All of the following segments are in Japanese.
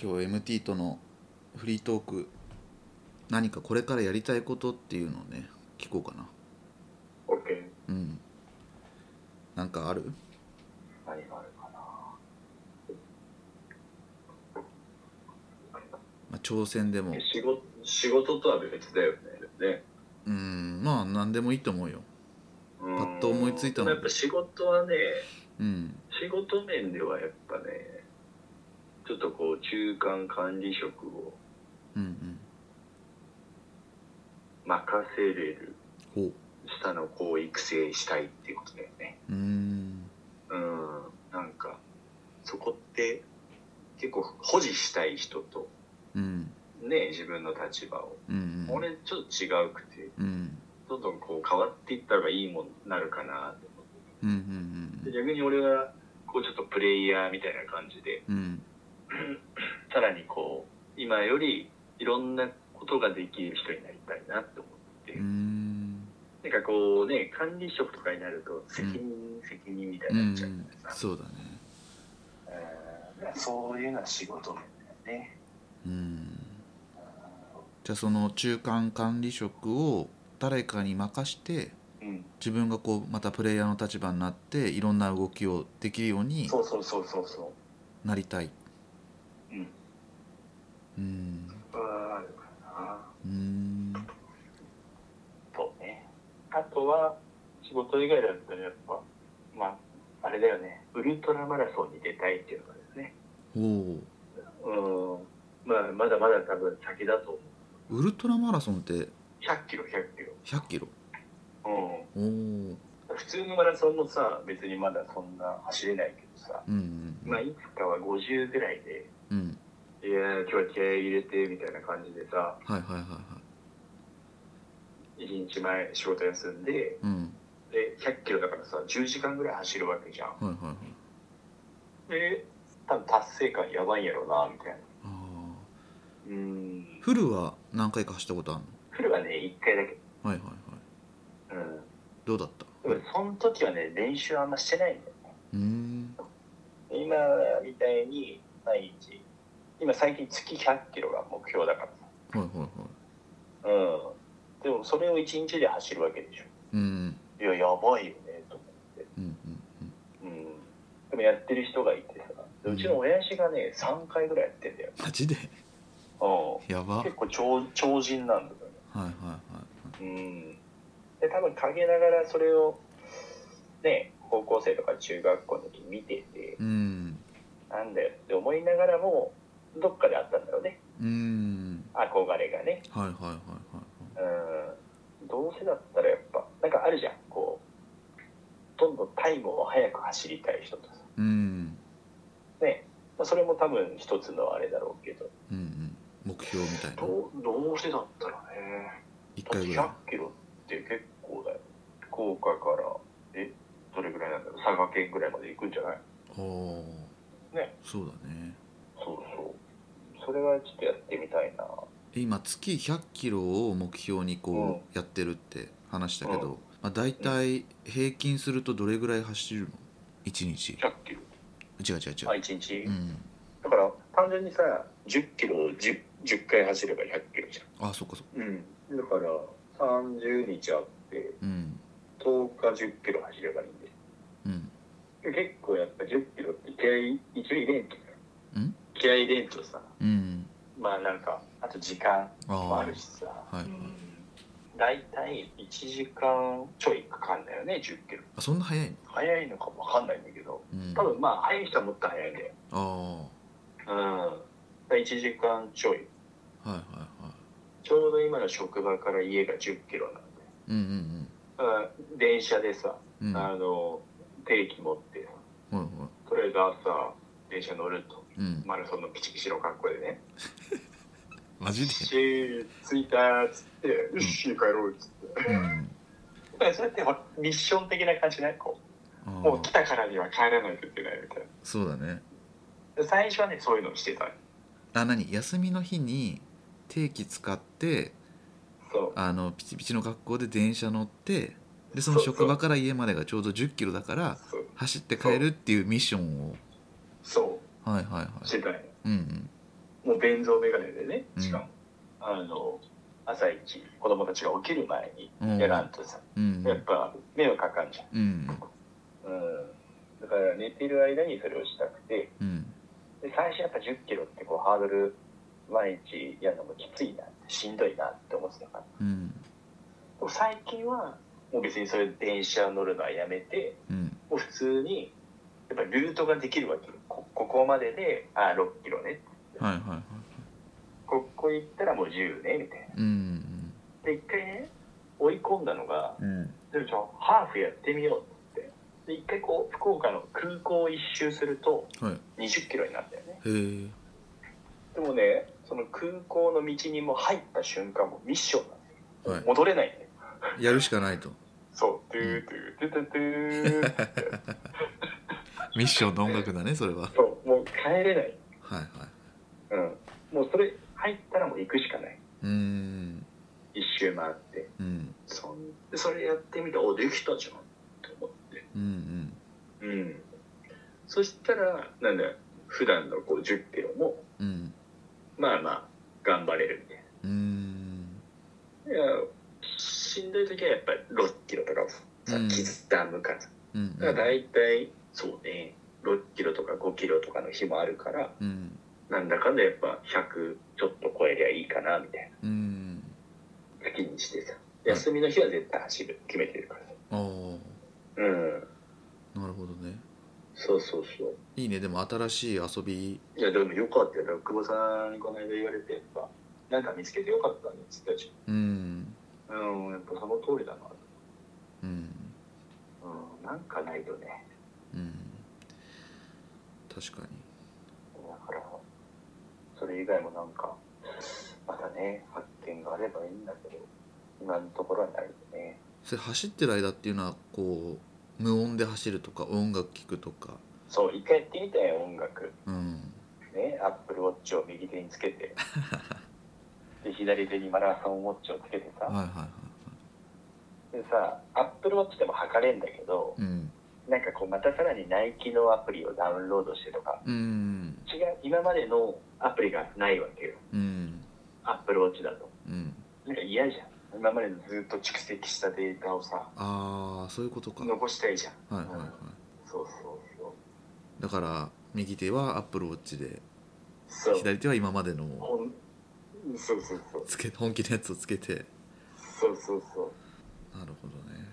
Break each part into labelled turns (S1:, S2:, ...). S1: 今日 MT とのフリートーク何かこれからやりたいことっていうのをね聞こうかな
S2: OK。
S1: うんなんかある
S2: 何があるかな。
S1: まあ、挑戦でも
S2: え仕事、仕事とは別だよね。ね。
S1: うんまあ何でもいいと思うよ
S2: うん
S1: パッと思いついたの
S2: やっぱ仕事はね、
S1: うん
S2: 仕事面ではやっぱね、ちょっとこう、中間管理職を
S1: うんうん
S2: 任せれる
S1: ほう
S2: 下の子を育成したいっていうことだよね。
S1: うーん
S2: うん。なんか、そこって結構保持したい人と、
S1: うん
S2: ね、自分の立場を。
S1: うんうん
S2: 俺ちょっと違うくて、
S1: うん
S2: どんどんこう変わっていったらいいもんなるかなって思っ
S1: うんうん
S2: て。で逆に俺は、こうちょっとプレイヤーみたいな感じで、
S1: うんうん
S2: さらにこう、今よりいろんなことができる人になりたいなって思って。
S1: うーん
S2: なんかこうね、管理職とかになると、責任、責任みたいになっちゃうからさ、
S1: そうだね
S2: うんまあそういうのは仕事面だよね。
S1: うんじゃあその中間管理職を誰かに任して
S2: うん、
S1: 自分がこうまたプレイヤーの立場になっていろんな動きをできるように
S2: そうそうそうそうそ。
S1: なりたいう
S2: うん。
S1: うん
S2: はあるかな。
S1: うーん
S2: そうね。あとは、仕事以外だったらやっぱ、まあ、あれだよね、ウルトラマラソンに出たいっていうのがですね。
S1: おう
S2: うん。まあ、まだまだ多分先だと思う。
S1: ウルトラマラソンって
S2: 100キロ、100キロ。
S1: 100キロ
S2: うん。
S1: おおうん
S2: 普通のマラソンもさ、別にまだそんな走れないけどさ、
S1: うん
S2: まあ、いつかは50ぐらいで、
S1: うん
S2: いやー、今日は気合い入れて、みたいな感じでさ、
S1: はいはいはいはい
S2: 一日前仕事休んで、
S1: うん
S2: で、100キロだからさ、10時間ぐらい走るわけじゃん。
S1: はいはいはい
S2: で、多分達成感やばいんやろうな、みたいな。
S1: ああ
S2: うん。
S1: フルは何回か走ったことある
S2: フルはね、1回だけ。
S1: のはいはいはい
S2: うん。
S1: どうだった
S2: でも、その時はね、練習あんましてないんだよね。
S1: うーん
S2: 今みたいに、毎日。今最近月100キロが目標だから
S1: はいはいはい
S2: さ。うん。でも、それを1日で走るわけでしょ。
S1: うん
S2: いや、やばいよね、と思って。
S1: うんうん
S2: うん。でもやってる人がいてさ。でうちの親父がね、3回ぐらいやってんだよ。
S1: マジで
S2: う
S1: やば
S2: ん。
S1: はい
S2: 結構超、超人なんだよね。
S1: はいはいは
S2: うん。で、多分陰ながらそれを、ね、高校生とか中学校の時見てて、
S1: いうん
S2: なんだよって思いながらも、どっかであったんだろうね。
S1: うーん
S2: 憧れがね。
S1: はいはいはいはい
S2: うん。どうせだったらやっぱ、なんかあるじゃん。こう、どんどんタイムを早く走りたい人とさ。
S1: うん
S2: ね。まあ、それも多分一つのあれだろうけど。
S1: うんうん目標みたいな
S2: どうどうしてだったらね
S1: 一
S2: だっ
S1: 回
S2: て
S1: ぐ
S2: 100
S1: ら
S2: キロって結構だよ福岡からえどれぐらいなんだろう佐賀県ぐらいまで行くんじゃない
S1: いおー
S2: ね
S1: そうだね
S2: そうそうそれはちょっとやってみたいな
S1: 今月100キロを目標にこうやってるって話したけど、まあ、大体平均するとどれぐらい走るの1日
S2: 100キロ
S1: 違う違う違
S2: あ
S1: う、
S2: 1日、
S1: うん、
S2: だから単純にさ10キロ 10, 10回走れば100キロじ
S1: あそっかそっか
S2: ゃんうんだから30日あって
S1: うん
S2: 10日10キロ走ればいいんで
S1: うん
S2: 結構やっぱ10キロって気合い一応入れんとさ
S1: ん
S2: 気合い入れんとさ
S1: うん
S2: まあなんかあと時間
S1: ああ
S2: もあ
S1: はい
S2: るしさ
S1: はい
S2: 大体1時間ちょいかかんだよね1 0キロ
S1: あそんな早いの
S2: 早いのかもわかんないんだけど
S1: うん
S2: 多分まあ早い人はもっと早いんだよ
S1: ああは
S2: うん1時間ちょ
S1: い
S2: い
S1: はいはい
S2: ちょうど今の職場から家が1 0キロなんで
S1: うんうん
S2: だから電車でさ、
S1: うんうんは
S2: あの定期持ってさ
S1: いはい
S2: とりあえず朝電車乗ると
S1: うん
S2: マラソンのピチピチの格好でね
S1: マ
S2: 「よ
S1: ジで
S2: し着いた」っつって「よし帰ろう」っつって
S1: うん
S2: だからそれってほらミッション的な感じねこ
S1: あ
S2: う
S1: あ
S2: もう来たからには帰らないといけないみたいな
S1: そうだね
S2: 最初はねそういうのをしてた
S1: あ何休みの日に定期使って
S2: そう
S1: あのピチピチの格好で電車乗ってでその職場から家までがちょうど1 0キロだから
S2: そう
S1: 走って帰るっていうミッションを
S2: そ
S1: はいはいは
S2: うしてたんよ
S1: いうん
S2: もう便蔵メガネでね、
S1: うん
S2: しかも、あの、朝一、子供たちが起きる前に
S1: うん
S2: やらんとさ、
S1: うん
S2: やっぱ迷惑かかんじゃん。
S1: うん
S2: うん。だから寝てる間にそれをしたくて、
S1: うん
S2: で最初やっぱ10キロってこうハードル毎日やるのもきついなってしんどいなって思ってたから
S1: うん
S2: でも最近はもう別にそれ電車乗るのはやめて
S1: うん
S2: もう普通にやっぱルートができるわけよこここまでであ6キロね
S1: はいはいはい
S2: ここ行ったらもう10ねみたいな
S1: うん
S2: で一回ね追い込んだのが
S1: うん
S2: でもちょハーフやってみようってで一回こう福岡の空港を一周すると
S1: はい
S2: 20キロになったよね
S1: へえ
S2: でもね、その空港の道にもう入った瞬間、もうミッションなんですよ。
S1: はい
S2: 戻れないね。
S1: やるしかないと
S2: そう、トゥートゥー、トゥトゥトゥー。
S1: ミッションの音楽だねそれは
S2: そう、もう帰れない。
S1: はいはい
S2: うん。もうそれ入ったらもう行くしかない。
S1: うーん
S2: 一周回って。
S1: うん
S2: そんで、それやってみて、お、できたじゃん。と思って。
S1: うんうん
S2: うん。そしたら、なんだ、普段のこう10キロも、
S1: うん
S2: まあまあ、頑張れるみたいな。
S1: うーん
S2: いや、しんどい時はやっぱり6キロとかをさ
S1: うん、
S2: 刻むから。
S1: うん
S2: だから大体そうね6キロとか5キロとかの日もあるから
S1: うん
S2: なんだかんだやっぱ100ちょっと超えりゃいいかなみたい
S1: うん
S2: な月にしてさ休みの日は絶対走る決めてるからさ
S1: あー
S2: うん
S1: なるほどね
S2: そうそうそう
S1: いいねでも新しい遊び
S2: いやでもよかったよだから久保さんにこの間言われてやっぱなんか見つけてよかったねっつったじ
S1: うん
S2: ゃんうんやっぱその通りだな
S1: うん
S2: うんなんかないとね
S1: うん確かに
S2: だからそれ以外もなんかまたね発見があればいいんだけど今のところはないよね
S1: それ走ってる間っていうのはこう無音で走るとか音楽聴くとか
S2: そう、一回やってみたよ、音楽。
S1: うん
S2: ね、アップルウォッチを右手につけて。で、左手にマラソンウォッチをつけて
S1: はい
S2: さ。
S1: はいはいは
S2: でさ、アップルウォッチでも測れんだけど、
S1: いうん
S2: なんかこう、またさらにナイキのアプリをダウンロードしてとか、
S1: うん
S2: 違う、今までのアプリがないわけよ。
S1: うん
S2: アップルウォッチだと。
S1: うん
S2: なんか嫌じゃん。今までのずっと蓄積したデータをさ、
S1: ああそういうことかはい
S2: 残したいじゃん。
S1: はいはい
S2: そうそうそう。
S1: だから右手はアップルウォッチで
S2: そう。
S1: 左手は今までの
S2: ほんそうそうそう。
S1: つけ本気のやつをつけて
S2: そうそうそう。
S1: なるほ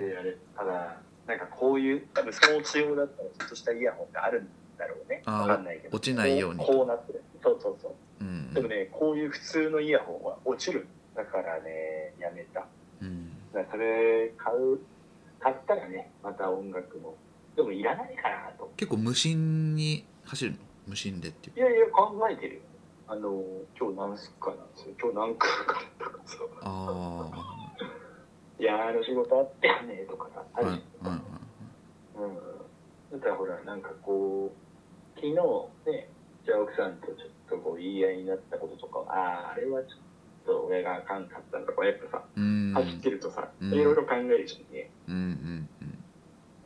S1: どね
S2: であれただなんかこういう多分スポーツ用だったらちょっとしたイヤホンがあるんだろうね
S1: あー
S2: わかんないけど
S1: 落ちないように
S2: こうこうなってるそうそうそう、
S1: うん
S2: でもねこういう普通のイヤホンは落ちるだからねやめただか
S1: うん
S2: らそれ買う買ったらねまた音楽もでもいらないかなと
S1: 結構無心に走るの無心でっていう
S2: いやいや考えてるよあの今日何すっかなそれ今日何回かなとかさ
S1: ああ
S2: いやーあの仕事あったよねとかさあ
S1: はいは
S2: るじ
S1: い
S2: ゃん
S1: はい
S2: うん、だからほらなんかこう昨日ねじゃあ奥さんとちょっとこう言い合いになったこととかあああれはちょっと俺があかんかったんだこれやっぱさ
S1: うん
S2: 走ってるとさ、
S1: うん
S2: いろいろ考えるじゃんね、
S1: うんうん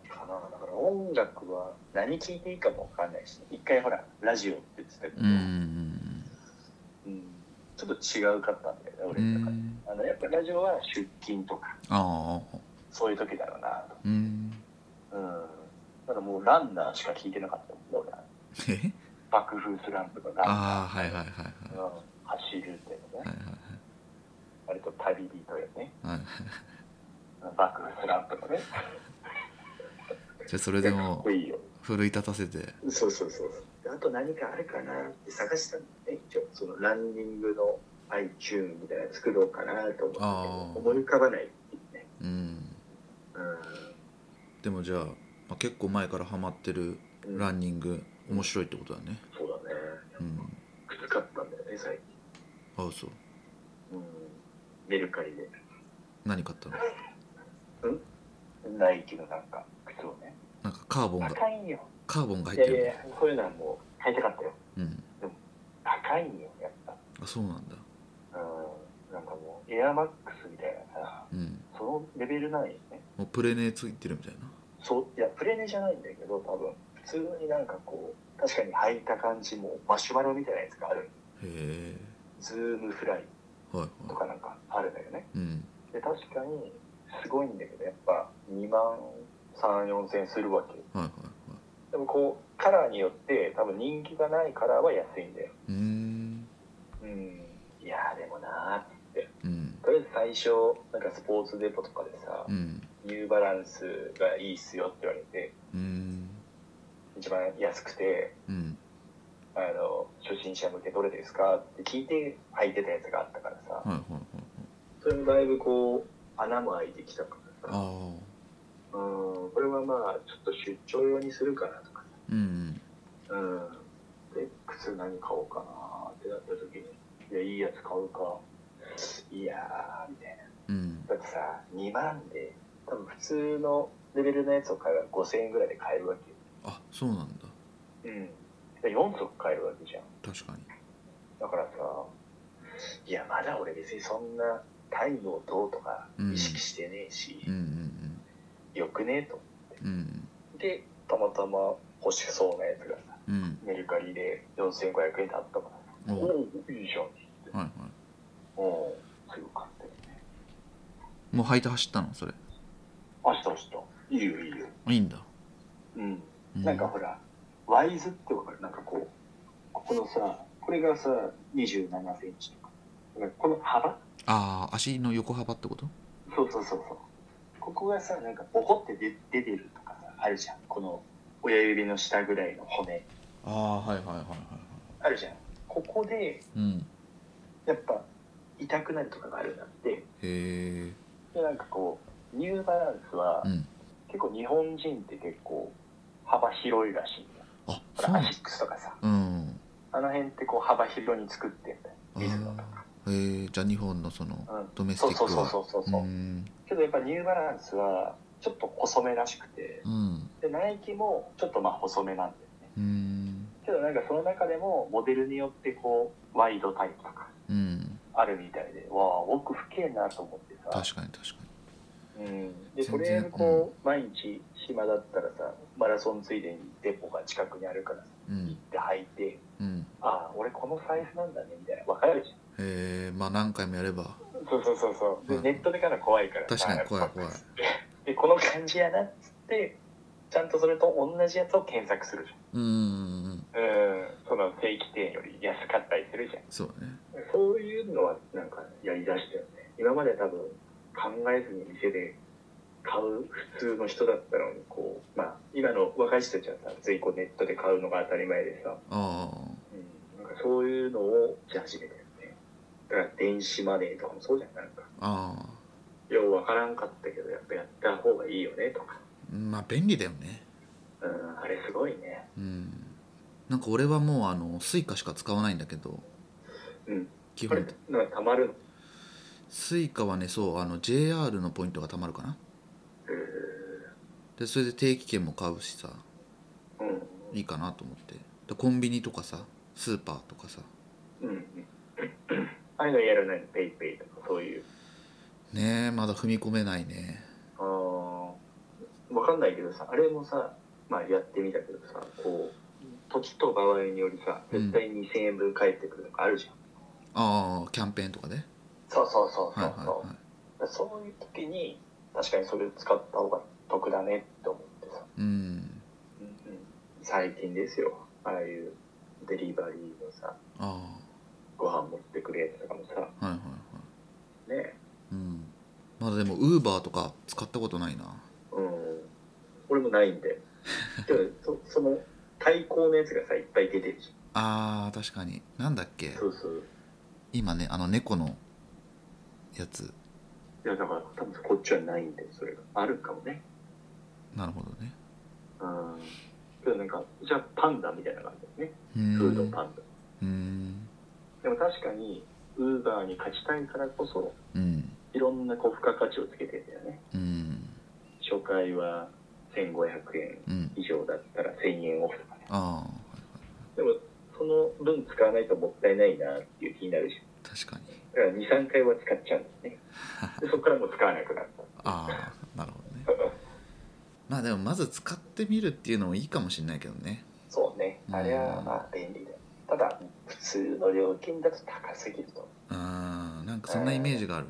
S2: かなだから音楽は何聴いていいかもわかんないし一回ほらラジオって言ってたけど、
S1: うんうん
S2: うんちょっと違うかったんだよね
S1: う
S2: 俺の中で、
S1: ん
S2: あのやっぱラジオは出勤とか
S1: ああ
S2: そういう時だろうな
S1: うん
S2: とうんただもうランナーしか聴いてなかったもん俺は
S1: え
S2: 爆風スランプとか
S1: ああはいはいはいはい
S2: うん走るっていうのね、
S1: はい
S2: 割と旅人よね、
S1: はいはい
S2: バックスランプのね、
S1: じゃあそれで
S2: かっ
S1: も
S2: こいいよ。
S1: 奮い立たせて
S2: そうそうそう。であと何かあるかなって探したんだよね、一応、そのランニングの iTune みたいなの作ろうかなと思って
S1: あー
S2: 思い浮かばないっていうね。
S1: うん
S2: う
S1: でもじゃあ、まあ、結構前からハマってる
S2: ん。
S1: ラ
S2: ン
S1: ンニング面白いってことだね
S2: そうだね。
S1: うん
S2: きつかったんだよね、最
S1: ああそう
S2: 近。うん。メルカリで。
S1: 何買ったの
S2: ナイキのなんか、靴をね。
S1: なんかカーボンが
S2: 高いんよ。
S1: カーボンが
S2: い
S1: 入っ
S2: や
S1: て
S2: い
S1: る
S2: や、そういうのはもう買いたかったよ。
S1: うん
S2: 高いんよ、やっぱ。
S1: あそうなんだ
S2: うんなんかもう、エアマックスみたいなさ、
S1: うん
S2: そのレベルないよね。
S1: もうプレネついてるみたい
S2: そう、いや、プレネじゃないんだけど、多分、普通になんかこう、確かに履いた感じも、マシュマロみたいなやつがある。
S1: え
S2: ズームフライ
S1: はい
S2: と
S1: は
S2: かなんかあるんだよね
S1: いうん
S2: で確かにすごいんだけどやっぱ2万3 4千円するわけ
S1: はいはいはい
S2: でもこうカラーによって多分人気がないカラーは安いんだよ
S1: うーん
S2: うんいやーでもなーって言って
S1: うん
S2: とりあえず最初なんかスポーツデポとかでさ
S1: うん
S2: ニューバランスがいいっすよって言われて
S1: うーん
S2: 一番安くて
S1: うん
S2: あの初心者向けどれですかって聞いて履いてたやつがあったからさ
S1: はいはいはい
S2: それもだいぶこう穴も開いてきたから
S1: あ
S2: さ
S1: あ
S2: うんこれはまあちょっと出張用にするかなとか
S1: うん
S2: うんで靴何買おうかなってなった時にいやいいやつ買うかいやーみたい
S1: うんうん
S2: なだってさ2万で多分普通のレベルのやつを買えば5000円ぐらいで買えるわ
S1: あそうなんだ
S2: けうん4足買えるわけじゃん
S1: 確かに
S2: だからさ、いや、まだ俺別にそんな太陽をどうとか意識してねえし、
S1: うん
S2: よくねえと。
S1: うんうん
S2: で、たまたま欲しそうなやつがさ、
S1: うんうん
S2: メルカリで4500円だったからさ、
S1: お
S2: お
S1: はい
S2: お、いいじゃん。
S1: は
S2: おうすぐ買ってね。
S1: いもう履いて走ったのそれ
S2: 明日明日。いいよ、いいよ。
S1: いいんだ
S2: うん。
S1: う
S2: なんかほら、ワイズってわかるなんかこう、ここのさ、これがさ、27センチとか。なんかこの幅
S1: ああ足の横幅ってこと
S2: そうそうそうそう。ここがさ、なんかボコって出出てるとかさ、あるじゃん。この親指の下ぐらいの骨。
S1: ああはいはいはいはいは
S2: あるじゃん。ここで、
S1: いうん
S2: やっぱ痛くなるとかがあるんだって。
S1: へえ
S2: で、なんかこう、ニューバランスは、
S1: うん
S2: 結構日本人って結構幅広いらしいんだよ。
S1: あ
S2: ほ
S1: そう
S2: ら、
S1: な
S2: ア
S1: ん
S2: シックスとかさ、
S1: うん
S2: あの辺ってこう幅広に作ってんだよ。
S1: あ
S2: 水野とか。
S1: ーへえじゃあ日本のその
S2: うん。
S1: ドメステ
S2: そ
S1: ィッ
S2: う
S1: ク
S2: そ
S1: は
S2: うそうそうそう。
S1: うーん
S2: けどやっぱニューバランスは、ちょっと細めらしくて、
S1: うん
S2: で、ナイキもちょっとまあ細めなんだよね。
S1: うーん
S2: けどなんかその中でもモデルによってこうワイドタイプとか
S1: うん
S2: あるみたいでわあ奥深えなと思ってさ、
S1: 確かに確かに
S2: うん、で
S1: 全然
S2: とりあえずこう、毎日暇だったらさマラソンついでにデポが近くにあるから
S1: う
S2: 行っ
S1: ん
S2: て履いて
S1: うん
S2: ああ俺このサイズなんだねみたいなわかるじゃん
S1: へえまあ何回もやれば
S2: そうそうそうそうで
S1: うん
S2: ネットでから怖いから
S1: 確かに
S2: やっぱ
S1: 怖い怖い
S2: でこの感じやなっつってちゃんとそれと同じやつを検索するじ
S1: うーん
S2: ゃんうんその正規店より安かったりするじゃん
S1: そうだね
S2: そういうのはなんかやりだしたよね。今まで多分考えずに店で買う普通の人だったのに、こう、まあ今の若い人たちはさ、ついこうネットで買うのが当たり前でさ、
S1: ああ
S2: うん、なんかそういうのをし始めたよね。だから電子マネーとかもそうじゃん、なんか。
S1: あ
S2: ようわからんかったけど、やっぱやった方がいいよねとか。
S1: あまあ便利だよね
S2: うん、あれすごいね。
S1: うんなんか俺はもうあのスイカしか使わないんだけど
S2: うん。
S1: 基
S2: これ
S1: 本、
S2: なんかたまるの。
S1: スイカはねそうあの JR のポイントがたまるかなでそれで定期券も買うしさ
S2: うん。
S1: いいかなと思ってでコンビニとかさスーパーとかさ
S2: うん。うん。ああいうのやらないの、ペイペイとかそういう。
S1: ねえまだ踏み込めないね
S2: あーわかんないけどさあれもさ、まあ、やってみたけどさこう時と場合によりさ
S1: うん
S2: 絶対2000円分返ってくるとかあるじゃん、
S1: ああキャンペーンとかで
S2: そうそうそうそう
S1: はい
S2: そう、
S1: はいは
S2: そういう時に確かにそれ使った方が得だねって思ってさ、
S1: いうん
S2: 最近ですよああいうデリバリーのさ
S1: あ
S2: ご飯持ってくれとかもさ
S1: あはいはいはい
S2: ね
S1: うんまだでもウーバーとか使ったことないな
S2: うん俺もないん ででもそその対抗のやつがさいっぱい出てるじ
S1: あー確かになんだっけ
S2: ゃんそうそう
S1: 今ねあの猫のやつ
S2: いやだから多分こっちはないんでそれがあるかもね
S1: なるほどね
S2: うんけどなんかじゃあパンダみたいな感じだよね
S1: う
S2: フード
S1: ん
S2: パンダ
S1: うん
S2: でも確かにウーバーに勝ちたいからこそ
S1: うん
S2: いろんなこう付加価値をつけてんだよね
S1: うん
S2: 初回は1500円
S1: うん
S2: 以上だったら1000円オフとかね
S1: ああ
S2: でもその分使わないともったいないなっていう気になるし
S1: 確かに
S2: だから23回は使っちゃうんです ねでそこからもう使わなくなった
S1: ああなるほどねまあでもまず使ってみるっていうのもいいかもしれないけどね
S2: そうね、あれはまあ便利だよ。ただ、普通の料金だと高すぎると
S1: あーなんかそんなイメージがある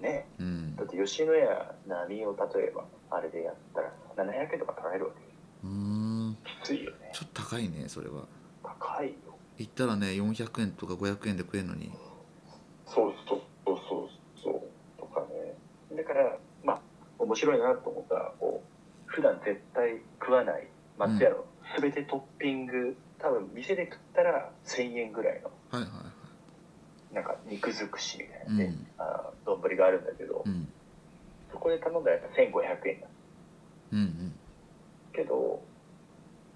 S2: ね
S1: うん
S2: だって吉野家並を例えばあれでやったら700円とか取られるわ
S1: うーん
S2: けきついよね
S1: ちょっと高いねそれは
S2: 高いよ
S1: 行ったらね400円とか500円で食えるのに
S2: そうそうそうそうそうとかねだからまあ面白いなと思ったらこう普段絶対食わない松屋の全てトッピング、多分店で食ったら1000円ぐらいの
S1: はいはい
S2: なんか肉尽くしみたい
S1: は
S2: ないね、あー丼があるんだけど、
S1: うんうん
S2: そこで頼んだらやっぱ1500円だ
S1: うんうん
S2: けど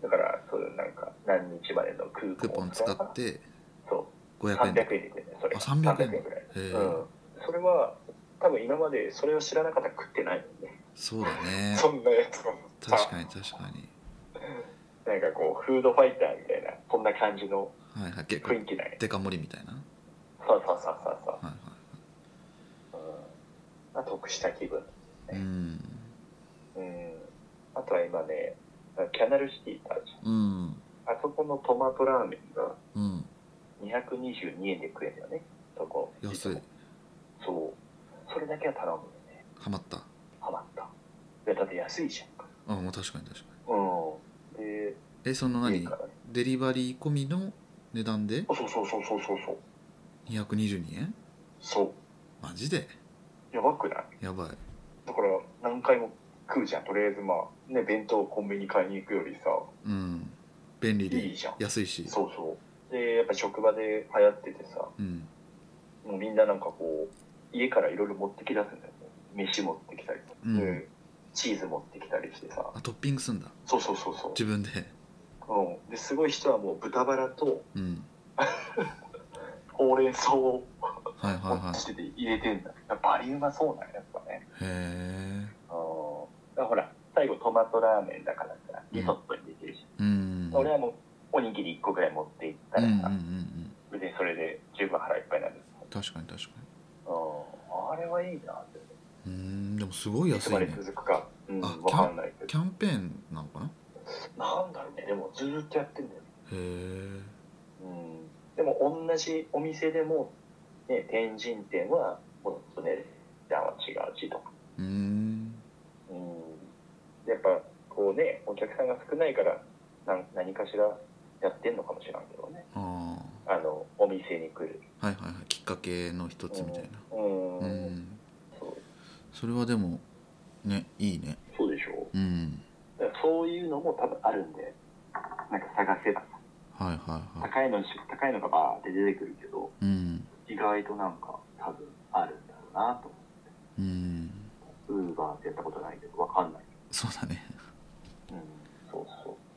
S2: だからそういうなんか何日までのクーポ
S1: クー
S2: ン
S1: ポン使って
S2: そう
S1: 500
S2: 300
S1: 円
S2: 円
S1: で
S2: でねそれ
S1: あ300円
S2: ぐらい、
S1: へえ
S2: うん、それは多分今までそれを知らなかったら食ってないもんね、
S1: そうだね
S2: そんなやつを
S1: 確
S2: に
S1: かに確かに
S2: なんかこうフードファイターみたいなこんな感じの
S1: はいはい結構
S2: 雰囲気ない
S1: デカ盛りみたいなは
S2: そうそうそうそう
S1: い
S2: そう
S1: は
S2: うんまあ得した気分
S1: いうん
S2: うんあとは今ねキャナルシティってあるじ
S1: うん
S2: ゃんあそこのトマトラーメンが
S1: うん
S2: 222円で食えるよねそこ
S1: 安い
S2: そうそれだけは頼むよね
S1: ハマった
S2: ハマったいやだって安いじゃんか
S1: あもう確かに確かに
S2: うんで
S1: えその
S2: いい
S1: 何
S2: からね
S1: デリバリー込みの値段で
S2: あそうそうそうそうそうそう
S1: 222円
S2: そう
S1: マジで
S2: やばくない
S1: やばい
S2: だから何回も食うじゃんとりあえずまあね弁当コンビニ買いに行くよりさ
S1: うん便利で
S2: いいじゃん
S1: 安いし
S2: そうそうでやっぱ職場で流行っててさ
S1: うん
S2: もうみんななんかこう家からいろいろ持ってき出すんだよね飯持ってきたりとか、
S1: うん
S2: でチーズ持ってきたりしてさ
S1: あトッピングすんだ
S2: そうそうそうそう
S1: 自分で
S2: うん、ですごい人はもう豚バラと
S1: うん
S2: ほうれん草を
S1: はいはい
S2: 持
S1: は
S2: ってて入れてんだ、バリうまそうなんやっぱね
S1: いへえ
S2: うんだからほら最後トマトラーメンだからさリゾットにできるし、
S1: うん
S2: 俺はもうおにぎり1個ぐらい持っていった
S1: うん
S2: ら
S1: うんうん
S2: さ、
S1: うん
S2: 別にそれで十分腹いっぱいなんです
S1: 確かに確か
S2: けど、うん、あれはいいなって
S1: にうんでもすごい
S2: いつ
S1: 安い
S2: まで
S1: ね
S2: 続くか、うん、
S1: あ
S2: わかんないけど
S1: キャンペーンなのかなへ
S2: なんだろうねでもずーっとやってんだよ、
S1: え
S2: うん、でも同じお店でも、ね、天神店はもっとね値段は違うしとか
S1: うーん
S2: うん、やっぱこうねお客さんが少ないからなん何かしらやってんのかもしれんけどね
S1: ああ
S2: あのお店に来る
S1: はいはいはいきっかけの一つみたいな
S2: うん、
S1: うん
S2: そう
S1: それはでもねいいね
S2: そうでしょ
S1: うん
S2: うだからそういうのも多分あるんでなんか探せば
S1: はいはいはい
S2: 高いのし高いのがバーって出てくるけど
S1: うん
S2: 意外となんか多分あるんだろうなと
S1: うん
S2: ウーバーってやったことないけどわかんない
S1: そうだね